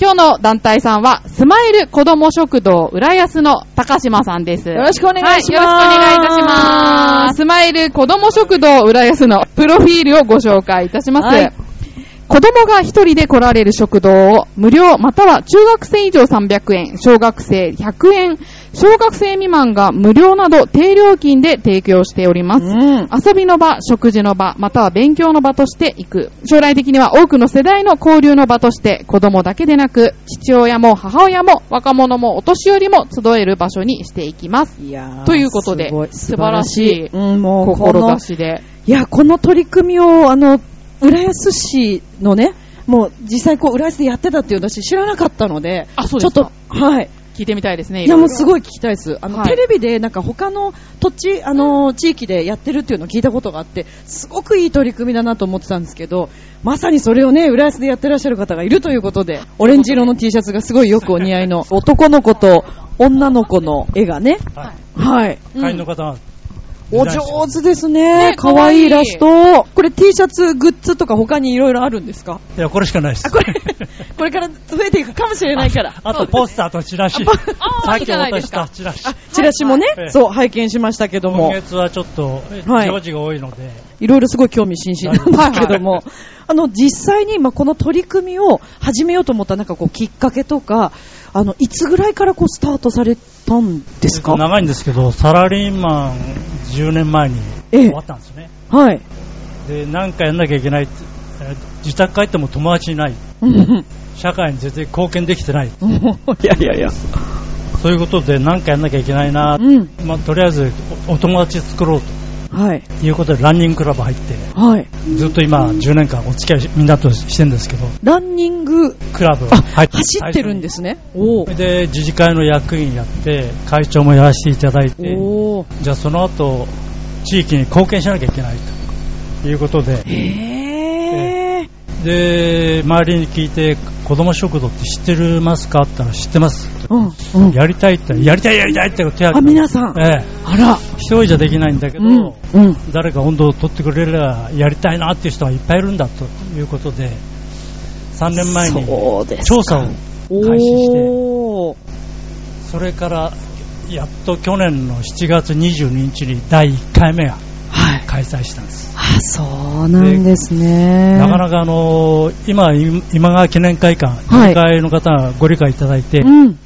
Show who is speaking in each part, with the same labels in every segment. Speaker 1: 今日の団体さんは、スマイル子ども食堂浦安の高島さんです。
Speaker 2: よろしくお願いし
Speaker 1: はい、
Speaker 2: ます。
Speaker 1: よろしくお願いいたします。スマイル子ども食堂浦安のプロフィールをご紹介いたします。
Speaker 2: はい
Speaker 1: 子供が一人で来られる食堂を無料または中学生以上300円、小学生100円、小学生未満が無料など低料金で提供しております。
Speaker 2: うん。
Speaker 1: 遊びの場、食事の場、または勉強の場として行く。将来的には多くの世代の交流の場として、子供だけでなく、父親も母親も若者もお年寄りも集える場所にしていきます。
Speaker 2: いやー
Speaker 1: ということです
Speaker 2: ごい
Speaker 1: 素晴らしい
Speaker 2: うん、もう、この、
Speaker 1: 志で。
Speaker 2: いや、この取り組みを、あの、浦安市のね、もう実際こう、浦安でやってたっていうの私知らなかったので、
Speaker 1: あそう
Speaker 2: ち
Speaker 1: で
Speaker 2: ょっ
Speaker 1: すか
Speaker 2: と、はい。
Speaker 1: 聞いてみたいですね。
Speaker 2: いや、もう
Speaker 1: ろ
Speaker 2: すごい聞きたいです。あの、
Speaker 1: はい
Speaker 2: テレビでなんか他の土地、あの、地域でやってるっていうのを聞いたことがあって、すごくいい取り組みだなと思ってたんですけど、まさにそれをね、浦安でやってらっしゃる方がいるということで、オレンジ色の T シャツがすごいよくお似合いの、 男の子と女の子の絵がね、
Speaker 3: は
Speaker 2: はい。
Speaker 3: い。会員の方は、
Speaker 2: お上手ですね。
Speaker 1: ね
Speaker 2: 可、愛、いイラスト。これ T シャツ、グッズとか他にいろいろあるん ですか
Speaker 3: いや、これしかないです。
Speaker 2: あ、これ、これから増えていくかもしれないから。
Speaker 3: あと、ポスターとチラシ。
Speaker 1: あ
Speaker 3: さっ
Speaker 1: いいじ
Speaker 3: き
Speaker 1: ゃない
Speaker 3: 渡
Speaker 1: です
Speaker 3: し
Speaker 1: か
Speaker 3: たチラシ。
Speaker 2: チラシもね、
Speaker 3: はいはい
Speaker 2: そう、拝見しましたけど
Speaker 3: 今
Speaker 2: も、
Speaker 3: 月はちょっと、
Speaker 2: はい
Speaker 3: 行事が多いので、
Speaker 2: いろいろすごい興味津々なんですけども、あの、実際に、まあ、この取り組みを始めようと思った、なんかこう、きっかけとか、あの、いつぐらいからこう、スタートされたんですか
Speaker 3: 長いんですけど、サラリーマン10年前に
Speaker 2: ええ
Speaker 3: 終わったんですね。
Speaker 2: はい。
Speaker 3: で、なんかやんなきゃいけないって。えー自宅帰っても友達い ない。
Speaker 2: うんうん
Speaker 3: 社会に全然貢献できてない。
Speaker 2: いやいやいや。
Speaker 3: そういうことで、なんかやんなきゃいけないな。
Speaker 2: うん。
Speaker 3: まあ、とりあえずお、お友達作ろう
Speaker 2: はい。
Speaker 3: ということで、ランニングクラブ入って、
Speaker 2: はい。
Speaker 3: ずっと今、10年間お付き合いみんなとしてるんですけど、
Speaker 2: ランニング、
Speaker 3: クラブ
Speaker 2: あ、
Speaker 3: 入って
Speaker 2: 走ってるんですね。おー
Speaker 3: で自治会の役員やって会長もやらせていただいて
Speaker 2: おー
Speaker 3: じゃあその後地域に貢献しなきゃいけないということで
Speaker 2: へー。
Speaker 3: で周りに聞いて子ども食堂って知ってるますかって言ったら知ってます
Speaker 2: うん。うん。
Speaker 3: やりたいってやりたいやりたいって手挙
Speaker 2: あ、
Speaker 3: げて、
Speaker 2: 皆さん。
Speaker 3: ええ、
Speaker 2: あら。
Speaker 3: 一人じゃできないんだけど、
Speaker 2: うん。うん。
Speaker 3: 誰か温度を取ってくれればやりたいなっていう人がいっぱいいるんだということで3年前に
Speaker 2: そうです
Speaker 3: 調査を開始して。
Speaker 2: おー
Speaker 3: それからやっと去年の7月22日に第1回目が
Speaker 2: はい。
Speaker 3: 開催したんです、
Speaker 2: あ、そうなんですね。
Speaker 3: なかなかあの今、い今川記念会館、
Speaker 2: はい
Speaker 3: 会の方がご理解いただいて、
Speaker 2: うん。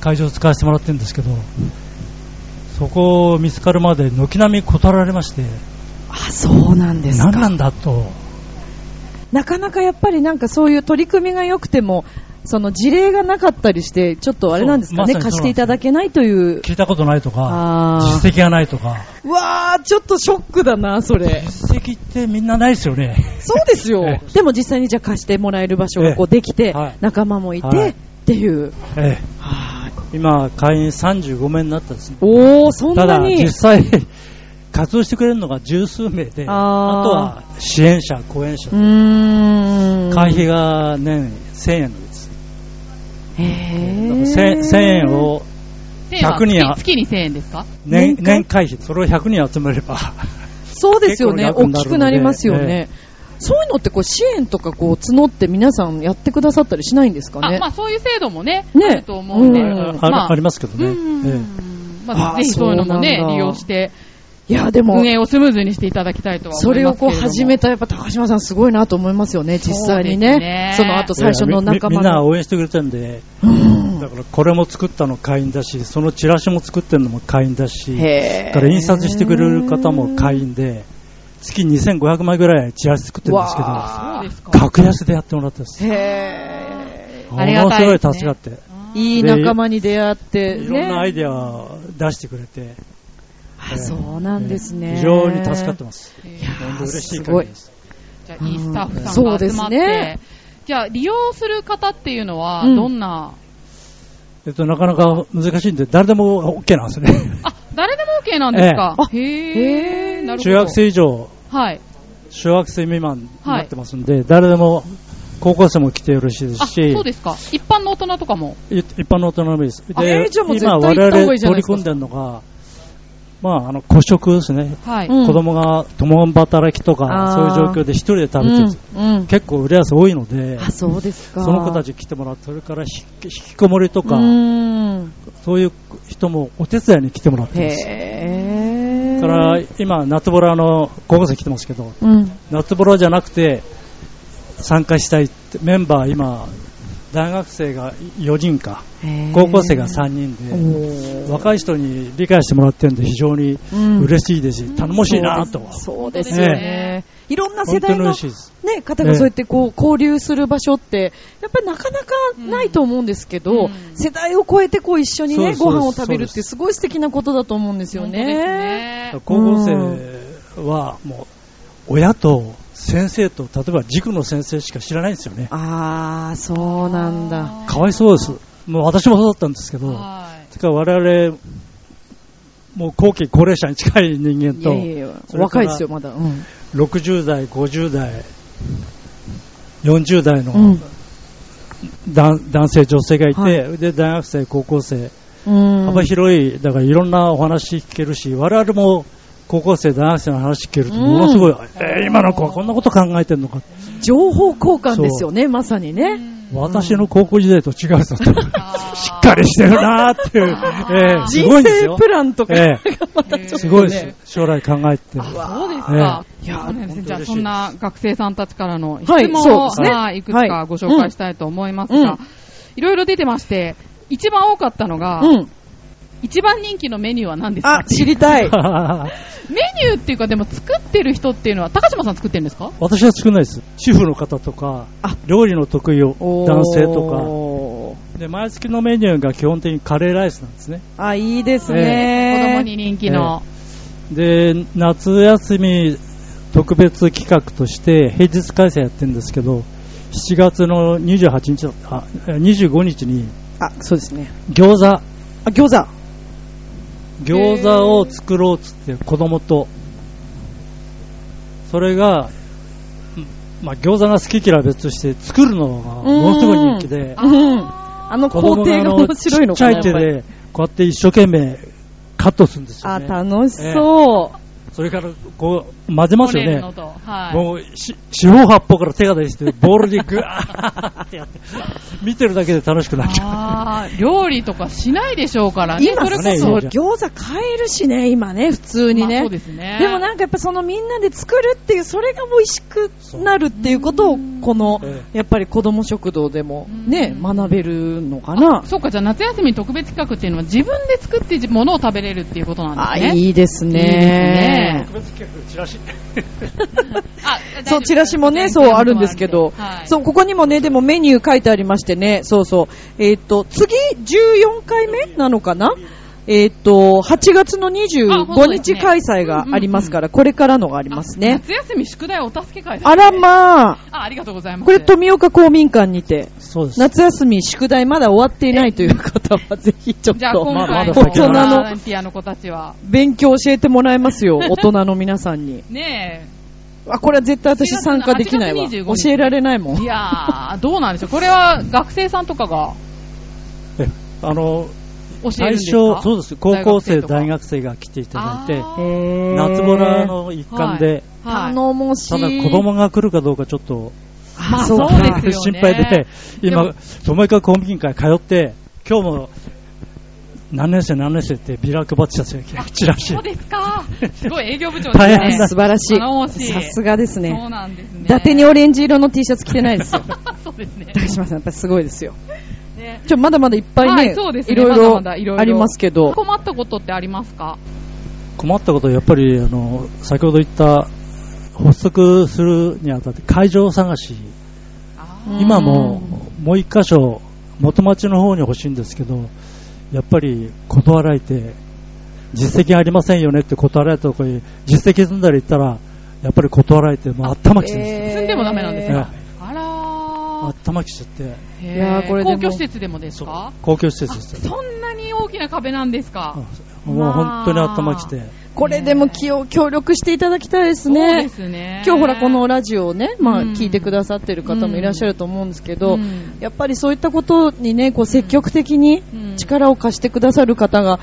Speaker 3: 会場を使わせてもらってるんですけど、そこを見つかるまで軒並み断られまして、
Speaker 2: あ、そうなんです
Speaker 3: 何な
Speaker 2: か。
Speaker 3: んだと、
Speaker 2: なかなかやっぱりなんかそういう取り組みが良くても、その事例がなかったりして、ちょっとあれなんですかね、
Speaker 3: そうまさに
Speaker 2: 貸していただけないという。
Speaker 3: 聞いたことないとか、
Speaker 2: あー
Speaker 3: 実績がないとか、
Speaker 2: うわー、ちょっとショックだな、それ。
Speaker 3: 実績ってみんなないですよね。
Speaker 2: そうですよ
Speaker 3: え。
Speaker 2: でも実際にじゃあ貸してもらえる場所がこうできて
Speaker 3: はい、
Speaker 2: 仲間もいて、
Speaker 3: はい
Speaker 2: っていう。
Speaker 3: ええ今、会員35名になったんですね
Speaker 2: おー、そん
Speaker 3: た
Speaker 2: な
Speaker 3: だ、
Speaker 2: に。
Speaker 3: 実際、活動してくれるのが十数名で、
Speaker 2: あー
Speaker 3: あとは支援者、後援者
Speaker 2: う、ーん。
Speaker 3: 会費が年1000円なんです。
Speaker 2: へー。
Speaker 3: 1000 1000円を100人は
Speaker 1: 月月に1000円ですか
Speaker 2: 年
Speaker 3: 年
Speaker 2: 間
Speaker 3: 年会費、それを100人集めれば、
Speaker 2: そうですよね、
Speaker 3: 結構
Speaker 2: 大
Speaker 3: 楽になるの
Speaker 2: き
Speaker 3: で
Speaker 2: くなりますよね。そういうのってこう支援とかこう募って皆さんやってくださったりしないんですかね
Speaker 1: あ、まあそういう制度もね、
Speaker 2: ね
Speaker 1: あると思うんで。
Speaker 2: うん
Speaker 3: あ
Speaker 1: まあ
Speaker 3: あありますけどね。
Speaker 1: うん
Speaker 3: え
Speaker 1: まあ、
Speaker 2: あ
Speaker 1: ぜひそういうのもね
Speaker 2: そうなん、だ
Speaker 1: 利用して、
Speaker 2: いや、でも
Speaker 1: 運、営をスムーズにしていただきたいとは思います
Speaker 2: それをこう始め
Speaker 1: て、
Speaker 2: たやっぱ高島さんすごいなと思いますよね、実際に
Speaker 1: そうです
Speaker 2: ね
Speaker 1: ね。
Speaker 2: その後
Speaker 3: え
Speaker 2: 最初の仲
Speaker 3: み
Speaker 2: 間
Speaker 3: みんな
Speaker 2: の。
Speaker 3: 応援してくれてるんで、だからこれも作ったの会員だし、そのチラシも作ってるのも会員だし、
Speaker 2: へ
Speaker 3: だから印刷してくれる方も会員で、月2500枚ぐらいチラシ作ってるんですけど、
Speaker 2: わ
Speaker 1: そう
Speaker 2: ー
Speaker 1: ですか。
Speaker 3: 格安でやってもらったんです。
Speaker 1: ありがたいですね
Speaker 2: へ
Speaker 3: ものすごい助かっ
Speaker 2: ーいい仲間に出会って、
Speaker 3: て、いろんなア
Speaker 2: ね。
Speaker 3: イデアを出してくれて、
Speaker 2: あそうなんですね。
Speaker 3: 非常に助かってます。
Speaker 1: えー
Speaker 3: 本当嬉しい
Speaker 2: すごい
Speaker 3: 限りです。
Speaker 1: じゃあ、いいスタッフさん
Speaker 2: そう
Speaker 1: が
Speaker 2: で
Speaker 1: 集
Speaker 2: す
Speaker 1: まっ
Speaker 2: ね
Speaker 1: て、じゃあ、利用する方っていうのは、
Speaker 2: うん
Speaker 1: どんな、
Speaker 3: えっと、なかなか難しいんで、誰でも OK なんですね。
Speaker 1: あ、誰でも OK なんですか。
Speaker 2: えへ
Speaker 1: へ
Speaker 2: ー
Speaker 1: ー、なるほど。
Speaker 3: 中学生以上、
Speaker 1: はい。
Speaker 3: 小学生未満になってますんで、誰でも、高校生も来てよろしいで
Speaker 1: あ、
Speaker 3: すし、
Speaker 1: そうですか。一般の大人とかも。
Speaker 3: い一般の大人のみです。
Speaker 2: あ
Speaker 3: で
Speaker 2: えーじゃあもう絶対
Speaker 3: 今
Speaker 2: 行った方
Speaker 3: 我
Speaker 2: がい
Speaker 3: 々
Speaker 2: いじゃないで
Speaker 3: 取り
Speaker 2: すか
Speaker 3: 組んでるのが、まあ、あの、孤食ですね。
Speaker 1: はい。
Speaker 2: うん
Speaker 3: 子供が共働きとか、
Speaker 2: あ
Speaker 3: そう
Speaker 2: ー
Speaker 3: いう状況で一人で食べてる、
Speaker 2: うんうん
Speaker 3: 結構売れ安多いので、
Speaker 2: あそうですか
Speaker 3: その子たち来てもらって、それからひ引きこもりとか、
Speaker 2: うん
Speaker 3: そういう人もお手伝いに来てもらってます。
Speaker 2: へえ
Speaker 3: だから、今、夏ボラの高校生来てますけど、
Speaker 2: うん
Speaker 3: 夏ボラじゃなくて、参加したいって、メンバー今、大学生が4人か、高校生が3人で、若い人に理解してもらってるんで非常に
Speaker 2: うん
Speaker 3: 嬉しいですし、頼もしいなと。
Speaker 2: そうですよね、いろんな世代
Speaker 3: 本当に
Speaker 2: の
Speaker 3: 嬉しいです、
Speaker 2: ね、方がそうやってこう交流する場所って、やっぱりなかなかないと思うんですけど、
Speaker 1: うん
Speaker 2: 世代を超えてこう一緒にね、
Speaker 3: そ
Speaker 2: ご
Speaker 3: うです
Speaker 2: 飯を食べるっ
Speaker 3: そうで
Speaker 2: てすごい素敵なことだと思うんですよ
Speaker 1: 本当です
Speaker 2: ね。
Speaker 1: ね。
Speaker 3: 高校生はもう親と先生と、例えば塾の先生しか知らないんですよね。
Speaker 2: あー、そうなんだ。
Speaker 3: かわいそうです。もう私もそうだったんですけど、
Speaker 1: はい。
Speaker 3: てか我々、もう後期高齢者に近い人間
Speaker 2: い
Speaker 3: と
Speaker 2: や、いやいや、
Speaker 3: それか
Speaker 2: 若
Speaker 3: ら
Speaker 2: いですよ、まだ。うん。
Speaker 3: 60代、50代、40代の
Speaker 2: うん。
Speaker 3: 男男性、女性がいて、
Speaker 2: は
Speaker 3: で大学生、高校生、
Speaker 2: うん
Speaker 3: 幅広い、だからいろんなお話聞けるし、我々も高校生、大学生の話聞けると、ものすごい、えー今の子はこんなこと考えてるのか、
Speaker 2: 情報交換ですよね、まさにね。
Speaker 3: 私の高校時代と違うぞと、しっかりしてるなーっていう、えーす
Speaker 2: 人
Speaker 3: ごいんです
Speaker 2: 生
Speaker 3: よ
Speaker 2: プ。ランとかが
Speaker 3: え
Speaker 2: またちょっと、ね。
Speaker 3: すごいですよ。将来考えて。
Speaker 1: そうですか。いや、
Speaker 3: 本当に
Speaker 1: じゃあ
Speaker 3: 嬉しい
Speaker 1: そんな学生さんたちからの質
Speaker 2: はい
Speaker 1: 問
Speaker 2: そう
Speaker 1: を、
Speaker 2: ですね
Speaker 1: はいいくつかご紹介したいと思います
Speaker 2: うんうん
Speaker 1: が、いろいろ出てまして、一番多かったのが、
Speaker 2: うん。
Speaker 1: 一番人気のメニューは何ですか
Speaker 2: あ、知りたい。
Speaker 1: メニューっていうか、でも作ってる人っていうのは、高島さん作ってるんですか
Speaker 3: 私は作んないです。主婦の方とか
Speaker 2: あ、
Speaker 3: 料理の得意を 男性と
Speaker 2: と
Speaker 3: か。で、毎月のメニューが基本的にカレーライスなんですね。
Speaker 2: か。あ、いいです
Speaker 1: 子供
Speaker 2: ね。
Speaker 1: に人気の。
Speaker 3: で夏休み特別企画として平日開催やってるんですけど7月の28日だあえ25日に
Speaker 2: あ、そうですね。
Speaker 3: 餃子
Speaker 2: あ、餃子。
Speaker 3: 餃子を作ろうっつって子供とそれが、うんまあ、餃子が好き嫌いは別として作るのがものすごい人気で
Speaker 2: うん。あの
Speaker 3: 子
Speaker 2: 工
Speaker 3: 供
Speaker 2: 程が
Speaker 3: あ
Speaker 2: 面白いのかな。
Speaker 3: ちっちゃい手
Speaker 2: やっ
Speaker 3: でこうやって一生懸命カットするんですよ
Speaker 2: ぱり
Speaker 3: ね
Speaker 2: あ、楽しそう。
Speaker 3: それからこう混ぜますよ
Speaker 1: こねる
Speaker 3: ね
Speaker 1: のとはい。
Speaker 3: もうし四方八方から手が出して、ボールにグワーってやって、見てるだけで楽しくなっちゃ
Speaker 1: あー料理とかしないでしょうからね。
Speaker 2: 今
Speaker 1: それこ
Speaker 3: ね
Speaker 1: そ
Speaker 3: 今、
Speaker 2: 餃子買えるしね、今ね、普通に
Speaker 1: まあ
Speaker 2: ね。
Speaker 1: そうですね。
Speaker 2: でもなんかやっぱそのみんなで作るっていう、それが美味しくなるっていうことを、この
Speaker 3: え、
Speaker 2: やっぱり子供食堂でもね、
Speaker 1: うん
Speaker 2: 学べるのかな。
Speaker 1: そうか、じゃあ夏休み特別企画っていうのは自分で作ってものを食べれるっていうことなんですね。
Speaker 2: いです
Speaker 1: ね
Speaker 3: う。特別企画、チラシ。
Speaker 1: あ
Speaker 2: そう、チラシもね、そうあるんですけど、そう、ここにもね、でもメニュー書いてありましてね、そうそう、えーっ、と、次、14回目なのかなえーっ、と、8月の
Speaker 1: あ本
Speaker 2: 25
Speaker 1: 当です
Speaker 2: 日
Speaker 1: ね
Speaker 2: 開催がありますから、これからのがありますね。
Speaker 1: 夏休み宿題お助け会ですね
Speaker 2: あらま
Speaker 1: あ、ありがとうござい
Speaker 2: あ、
Speaker 1: ます。
Speaker 2: これ富岡公民館にて、
Speaker 3: そうです。
Speaker 2: 夏休み宿題まだ終わっていないという方は、ぜひちょっ
Speaker 1: じゃあ今
Speaker 2: と、
Speaker 3: まあ
Speaker 1: 回の
Speaker 3: まだ先だ
Speaker 1: ボ
Speaker 3: な
Speaker 1: ランティアの子たちは、
Speaker 2: 勉強教えてもらえま すよ、大人の皆さんに。
Speaker 1: ね
Speaker 2: あ、これは絶対私参加できないわ。
Speaker 1: 8月
Speaker 2: 教
Speaker 1: 25日
Speaker 2: えられないも
Speaker 1: え、い
Speaker 2: ん。
Speaker 1: やー、どうなんでしょう。これは学生さんとかが
Speaker 3: えあの、
Speaker 1: 教えるんで
Speaker 3: 最
Speaker 1: すか
Speaker 3: 初、そうです。高校生、
Speaker 1: 大
Speaker 3: 大
Speaker 1: 学
Speaker 3: 学生が来ていただいて、
Speaker 1: あ
Speaker 2: へー
Speaker 3: 夏ボラの一環で、
Speaker 1: ーはい
Speaker 2: 頼もしい。
Speaker 3: ただ子供が来るかどうかちょっと
Speaker 1: まあ
Speaker 2: そう
Speaker 1: そう
Speaker 2: か
Speaker 1: ですよ
Speaker 3: 心
Speaker 1: ね。
Speaker 3: 配で、
Speaker 1: で
Speaker 3: 今
Speaker 1: も、
Speaker 3: 友岡公民館通って、今日も、何年生何年生ってビラ配ってたんですよ、チラシ
Speaker 1: そう。ですか。すごい営業部長ですね。
Speaker 3: 大変だ
Speaker 2: 素晴らし
Speaker 1: 頼もし
Speaker 2: い。
Speaker 1: い
Speaker 2: さすがです
Speaker 1: そう
Speaker 2: ね。
Speaker 1: なんですね。
Speaker 2: 伊達にオレンジ色の T シャツ着てないですよ。
Speaker 1: そうですね。
Speaker 2: 高島さん、やっぱりすごいですよ。
Speaker 1: ね
Speaker 2: ちょ、まだまだいっぱいね、
Speaker 1: はいそうですね
Speaker 2: いろい
Speaker 1: まだまだいろい
Speaker 2: ろ
Speaker 1: ろ
Speaker 2: ありますけど。
Speaker 1: 困ったことってありますか
Speaker 3: 困ったことはやっぱりあの先ほど言った発足するにあたって会場探し
Speaker 2: うん
Speaker 3: 今ももう一箇所元町の方に欲しいんですけどやっぱり断られて実績ありませんよねって断られたところに実績積んだり言ったらやっぱり断られてもう頭きちゃうんですよ、
Speaker 1: 住んでもダメなんです
Speaker 3: ええ
Speaker 1: かあらー。
Speaker 3: 頭きちゃって
Speaker 1: へー
Speaker 2: いやーこれでも
Speaker 1: 公共施設でもですか
Speaker 3: 公共施設ですよ
Speaker 1: そんなに大きな壁なんですか
Speaker 3: うんもう本当に頭きて
Speaker 2: これでも気を協力していただきたいです
Speaker 1: そうで
Speaker 2: ね。
Speaker 1: すね。
Speaker 2: 今日ほらこのラジオをね、まあ
Speaker 1: うん
Speaker 2: 聞いてくださってる方もいらっしゃると思うんですけど
Speaker 1: うん、
Speaker 2: やっぱりそういったことにね、こう積極的に
Speaker 1: うん
Speaker 2: 力を貸してくださる方が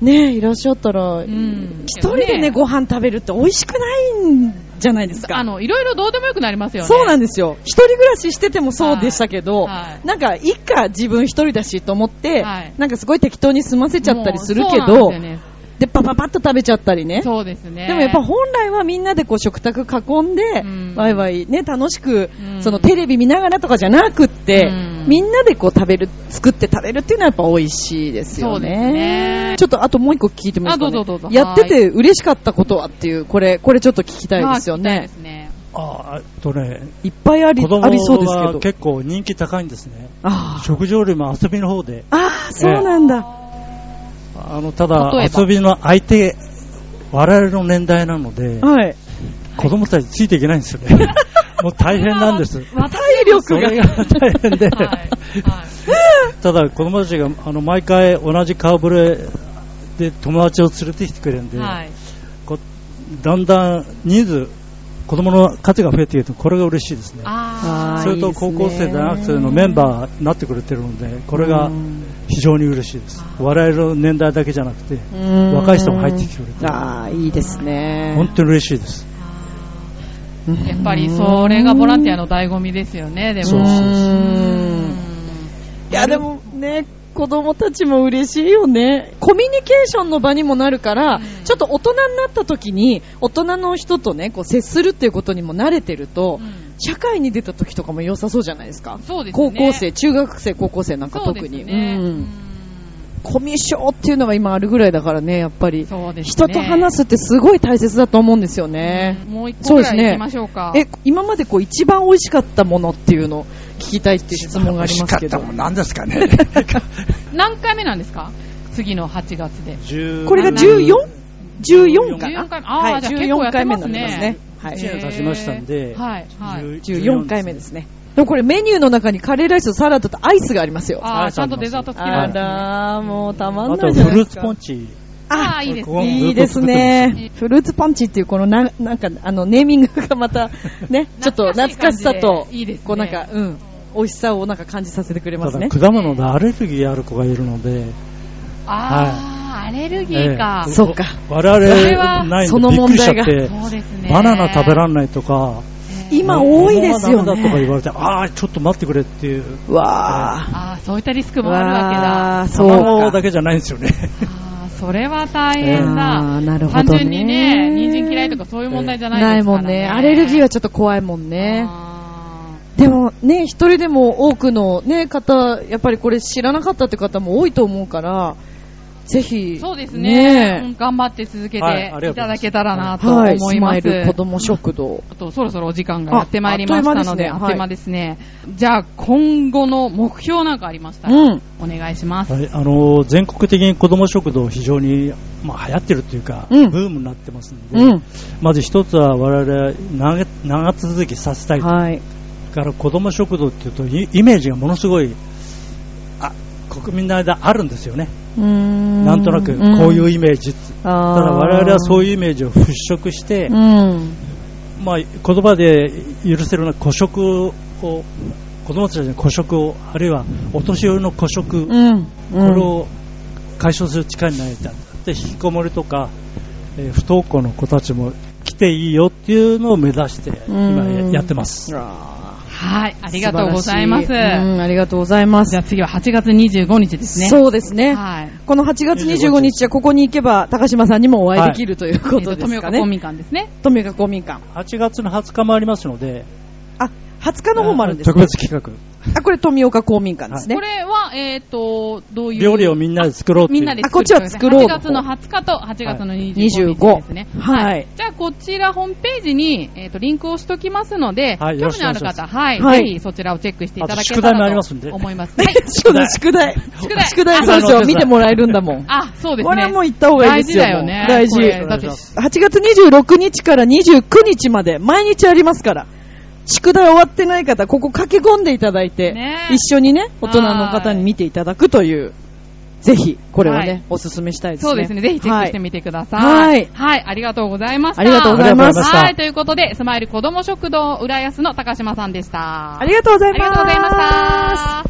Speaker 1: うん
Speaker 2: ねいらっしゃったら、
Speaker 1: ん
Speaker 2: 一人でねご飯食べるって美味しくないんじゃないですか
Speaker 1: あの、いろいろどうでもよくなりますよね。
Speaker 2: そうなんですよ一人暮らししててもそうでしたけ
Speaker 1: は
Speaker 2: ど、
Speaker 1: いはい
Speaker 2: なんかいっか自分一人だしと思って、
Speaker 1: はい
Speaker 2: なんかすごい適当に済ませちゃったりするけ
Speaker 1: も
Speaker 2: ど
Speaker 1: うそうなんですよね
Speaker 2: でパパパッと食べちゃったりね
Speaker 1: そうですね。
Speaker 2: でもやっぱ本来はみんなでこう食卓囲んで、
Speaker 1: うん
Speaker 2: ワイワイね、楽しく、
Speaker 1: うん
Speaker 2: そのテレビ見ながらとかじゃなくって、
Speaker 1: うん
Speaker 2: みんなでこう食べる、作って食べるっていうのはやっぱ美味しいです
Speaker 1: そ
Speaker 2: よね。
Speaker 1: うですね
Speaker 2: ちょっとあともう一個聞いてもいいで
Speaker 1: あ
Speaker 2: すか、ね、
Speaker 1: どうぞどうぞ
Speaker 2: やってて嬉しかったことはっていう、これ、これちょっと聞きたいですよ
Speaker 1: まあ聞きたいで
Speaker 2: ね。
Speaker 1: すね。
Speaker 3: あーえっとね、
Speaker 2: いっぱいあり、
Speaker 3: 子供
Speaker 2: ありそうです
Speaker 3: は
Speaker 2: けど。
Speaker 3: 結構人気高いんですね。
Speaker 2: あー
Speaker 3: 食事よりも遊びの方で。
Speaker 2: あー、そうなんだ。
Speaker 3: あの、ただ
Speaker 1: 例えば
Speaker 3: 遊びの相手、我々の年代なので、
Speaker 2: はい。
Speaker 3: 子供たちついていけないんですよ ね。もう大変なんです。
Speaker 2: 体力
Speaker 3: そ
Speaker 2: が
Speaker 3: れ。が大変で、
Speaker 1: はい。はい。
Speaker 3: ただ子供たちがあの毎回同じ顔ぶれで友達を連れてきてくれるんで、
Speaker 1: はい。
Speaker 3: こだんだん人数、子供の数が増えていくと、これが嬉しいですね。
Speaker 1: あ
Speaker 3: それと高校生大学生のメンバーになってくれてるので、これが非常に嬉しいです。我々の年代だけじゃなくて、
Speaker 2: ー
Speaker 3: 若い人も入ってきてくれて、
Speaker 2: ああ、いいですね。
Speaker 3: 本当に嬉しいです。
Speaker 1: ーやっぱりそれがボランティアの醍醐味ですよね、でも。
Speaker 3: そうそう
Speaker 2: う
Speaker 1: うん
Speaker 2: んいやでもね、子供たちも嬉しいよね。コミュニケーションの場にもなるから、
Speaker 1: うん
Speaker 2: ちょっと大人になった時に、大人の人とね、こう接するっていうことにも慣れてると、
Speaker 1: うん
Speaker 2: 社会に出た時とかも良さそうじゃないですか。
Speaker 1: そうですね。
Speaker 2: 高校生、中学生、高校生なんか
Speaker 1: そうで
Speaker 2: 特
Speaker 1: す
Speaker 2: に。
Speaker 1: ね。
Speaker 2: う
Speaker 1: うんん
Speaker 2: コミュ障っていうのが今あるぐらいだからね、やっぱり。
Speaker 1: そうですね。
Speaker 2: 人と話すってすごい大切だと思うんですよね。
Speaker 1: うんもう一個
Speaker 2: そう
Speaker 1: ぐ
Speaker 2: です
Speaker 1: らい
Speaker 2: ね
Speaker 1: 行きましょうか。
Speaker 2: え、今までこう一番美味しかったものっていうのを聞きたいっていう質問がありますけど。
Speaker 4: 何ですか ね。
Speaker 1: 何回目なんですか次の8月で。
Speaker 2: これが 14?14 かな
Speaker 1: 14回目。ああ、じゃあ結構やってます
Speaker 2: 14回目になりま
Speaker 1: ね
Speaker 2: すね。。は
Speaker 3: 一
Speaker 2: い。
Speaker 3: 年経ちましたんで
Speaker 1: へーはい。はい。
Speaker 2: 14回目ですね。でもこれメニューの中にカレーライスとサラダとアイスがありますよ。
Speaker 1: ああ、ちゃんとデザート付きな
Speaker 2: あ
Speaker 1: んですね。
Speaker 2: らー、もうたま
Speaker 3: あ
Speaker 2: んな
Speaker 3: と
Speaker 2: いじゃな
Speaker 3: フ
Speaker 2: い
Speaker 3: ル
Speaker 2: です
Speaker 3: ーツ
Speaker 2: か。
Speaker 3: ポンチ。
Speaker 1: ああ、いいですね。
Speaker 2: いいですね。フルーツパンチっていうこのな、なんかあのネーミングがまたね、ちょっと懐かしさと、
Speaker 1: いいですね
Speaker 2: こうなんか、うん、美味しさをなんか感じさせてくれま
Speaker 3: た
Speaker 2: す
Speaker 3: だ
Speaker 2: ね。
Speaker 3: 果物のアレルギーある子がいるので、
Speaker 1: ああ、アレルギーか
Speaker 3: え。え
Speaker 2: そうか。
Speaker 3: 我々
Speaker 1: れは
Speaker 3: ない
Speaker 2: そ
Speaker 3: の
Speaker 2: の
Speaker 3: で
Speaker 2: 問
Speaker 3: びっくりしち
Speaker 2: 題
Speaker 3: ゃ
Speaker 2: が
Speaker 3: って、
Speaker 1: そうですね。
Speaker 3: バナナ食べら
Speaker 1: ん。
Speaker 3: んないとか、
Speaker 2: 今多いですよ
Speaker 3: 桃はダメだとか言
Speaker 2: ね。
Speaker 3: われて、ああ、ちょっと待ってくれっていう、
Speaker 2: わー。
Speaker 1: ああ、そういったリスクもあるわけだ。
Speaker 2: わーそう
Speaker 3: 卵
Speaker 2: か
Speaker 3: だけじゃないん ですよね。
Speaker 1: ああ、それは大変
Speaker 2: あ
Speaker 1: だ
Speaker 2: ー。なるほどね
Speaker 1: 単純にね、人参嫌いとかそういう問題じゃないですから
Speaker 2: ないもんね。アレルギーはちょっと怖いもんね。でもね、一人でも多くのね、方、やっぱりこれ知らなかったって方も多いと思うから、ぜひ。
Speaker 1: そうですねう
Speaker 2: ね
Speaker 1: ん頑張って続け
Speaker 3: はいあり
Speaker 1: て
Speaker 3: がとうございま
Speaker 1: いただ
Speaker 3: す
Speaker 1: けたらなと思
Speaker 2: はいい、ス
Speaker 1: いま
Speaker 2: マイ
Speaker 1: す。
Speaker 2: ル子供食堂。
Speaker 1: あとそろそろお時間がやってまいりましたので、あっという間ですね。じゃあ、今後の目標なんかありましたら、
Speaker 2: うん。
Speaker 1: お願いします。
Speaker 3: はい、あの全国的に子ども食堂、非常に、まあ、流行ってるというか、
Speaker 2: うん
Speaker 3: ブームになってますので、
Speaker 2: うん。
Speaker 3: まず一つは我々長、長続きさせたい、
Speaker 2: はい。
Speaker 3: から子ども食堂っていうと、イイメージがものすごいあ国民の間、あるんですよね、な
Speaker 2: なん
Speaker 3: となくこういうイメージって、
Speaker 2: ただ
Speaker 3: ただ我々はそう
Speaker 2: い
Speaker 3: いうイメージを払拭して、
Speaker 2: うん。
Speaker 3: まあ、言葉で許せるような孤食を子供たちの孤食をあるいはお年寄りの孤食、こ
Speaker 2: うん。
Speaker 3: れを解消する力になりたいで引きこもりとか、えー不登校の子たちも来ていいよっていうのを目指して今
Speaker 2: うん
Speaker 3: やってます、
Speaker 2: あ
Speaker 1: はい、ありがとうございます。じ
Speaker 2: うん、
Speaker 1: ゃ
Speaker 2: ありがとうございます。
Speaker 1: あ次は8月25日ですね。
Speaker 2: そうですね。
Speaker 1: はい。
Speaker 2: この8月25日はここに行けば、高島さんにもお会いできるというこ
Speaker 1: えっ
Speaker 2: と
Speaker 1: と
Speaker 2: です
Speaker 1: 富
Speaker 2: か
Speaker 1: 岡
Speaker 2: ね。
Speaker 1: 公民館ですね。
Speaker 2: 富岡公民館。
Speaker 3: 8月の20日もありますので
Speaker 2: あ、20日の方もあるんです
Speaker 3: 特別企画
Speaker 2: あ、これ富岡公民館ですね
Speaker 1: こ。れは、えっ、と、どういう。
Speaker 3: 料理をみんなで作ろうってい
Speaker 1: み
Speaker 3: うん
Speaker 1: なで
Speaker 2: あこっちは作ろう
Speaker 1: 8月の20日と8月の25日ですね。
Speaker 2: はいはい
Speaker 1: じゃあ、こちらホームページに、えっ、と、リンクをしときますので、
Speaker 3: はい
Speaker 1: 興味のある
Speaker 3: よろしく
Speaker 1: 方、
Speaker 3: お
Speaker 1: はい、
Speaker 2: はい
Speaker 1: ぜひそちらをチェックしていただ
Speaker 3: あと
Speaker 1: け
Speaker 3: 宿
Speaker 1: た
Speaker 3: 題もあり
Speaker 1: ら
Speaker 3: ますん
Speaker 1: と
Speaker 3: で
Speaker 1: 思います。
Speaker 2: ね
Speaker 1: はい。
Speaker 2: 宿題、宿題。
Speaker 1: 宿題
Speaker 2: 宿題、そうですよ。見てもらえるんだもん。
Speaker 1: あ、そうですね。
Speaker 2: これはもう行った方がいいですよ。
Speaker 1: 大事だよね。
Speaker 2: 大事
Speaker 1: こ。れだって
Speaker 3: お願いします
Speaker 2: 8月26日から29日まで、毎日ありますから。宿題終わってない方、ここ駆け込んでいただいて、
Speaker 1: ね
Speaker 2: 一緒にね、大人の方に見ていただくという、ぜひ、これはね、
Speaker 1: はい
Speaker 2: おすすめしたいですね。
Speaker 1: そうですね。ぜひチェックしてみてください。
Speaker 2: はい
Speaker 1: はい。ありがとうございました。
Speaker 2: ありがとうございます
Speaker 3: ありがとうございました
Speaker 1: はい。ということで、スマイル子供食堂浦安の高島さんでした。
Speaker 2: ありがとうござい
Speaker 1: あり
Speaker 2: ます。
Speaker 1: がとうございました。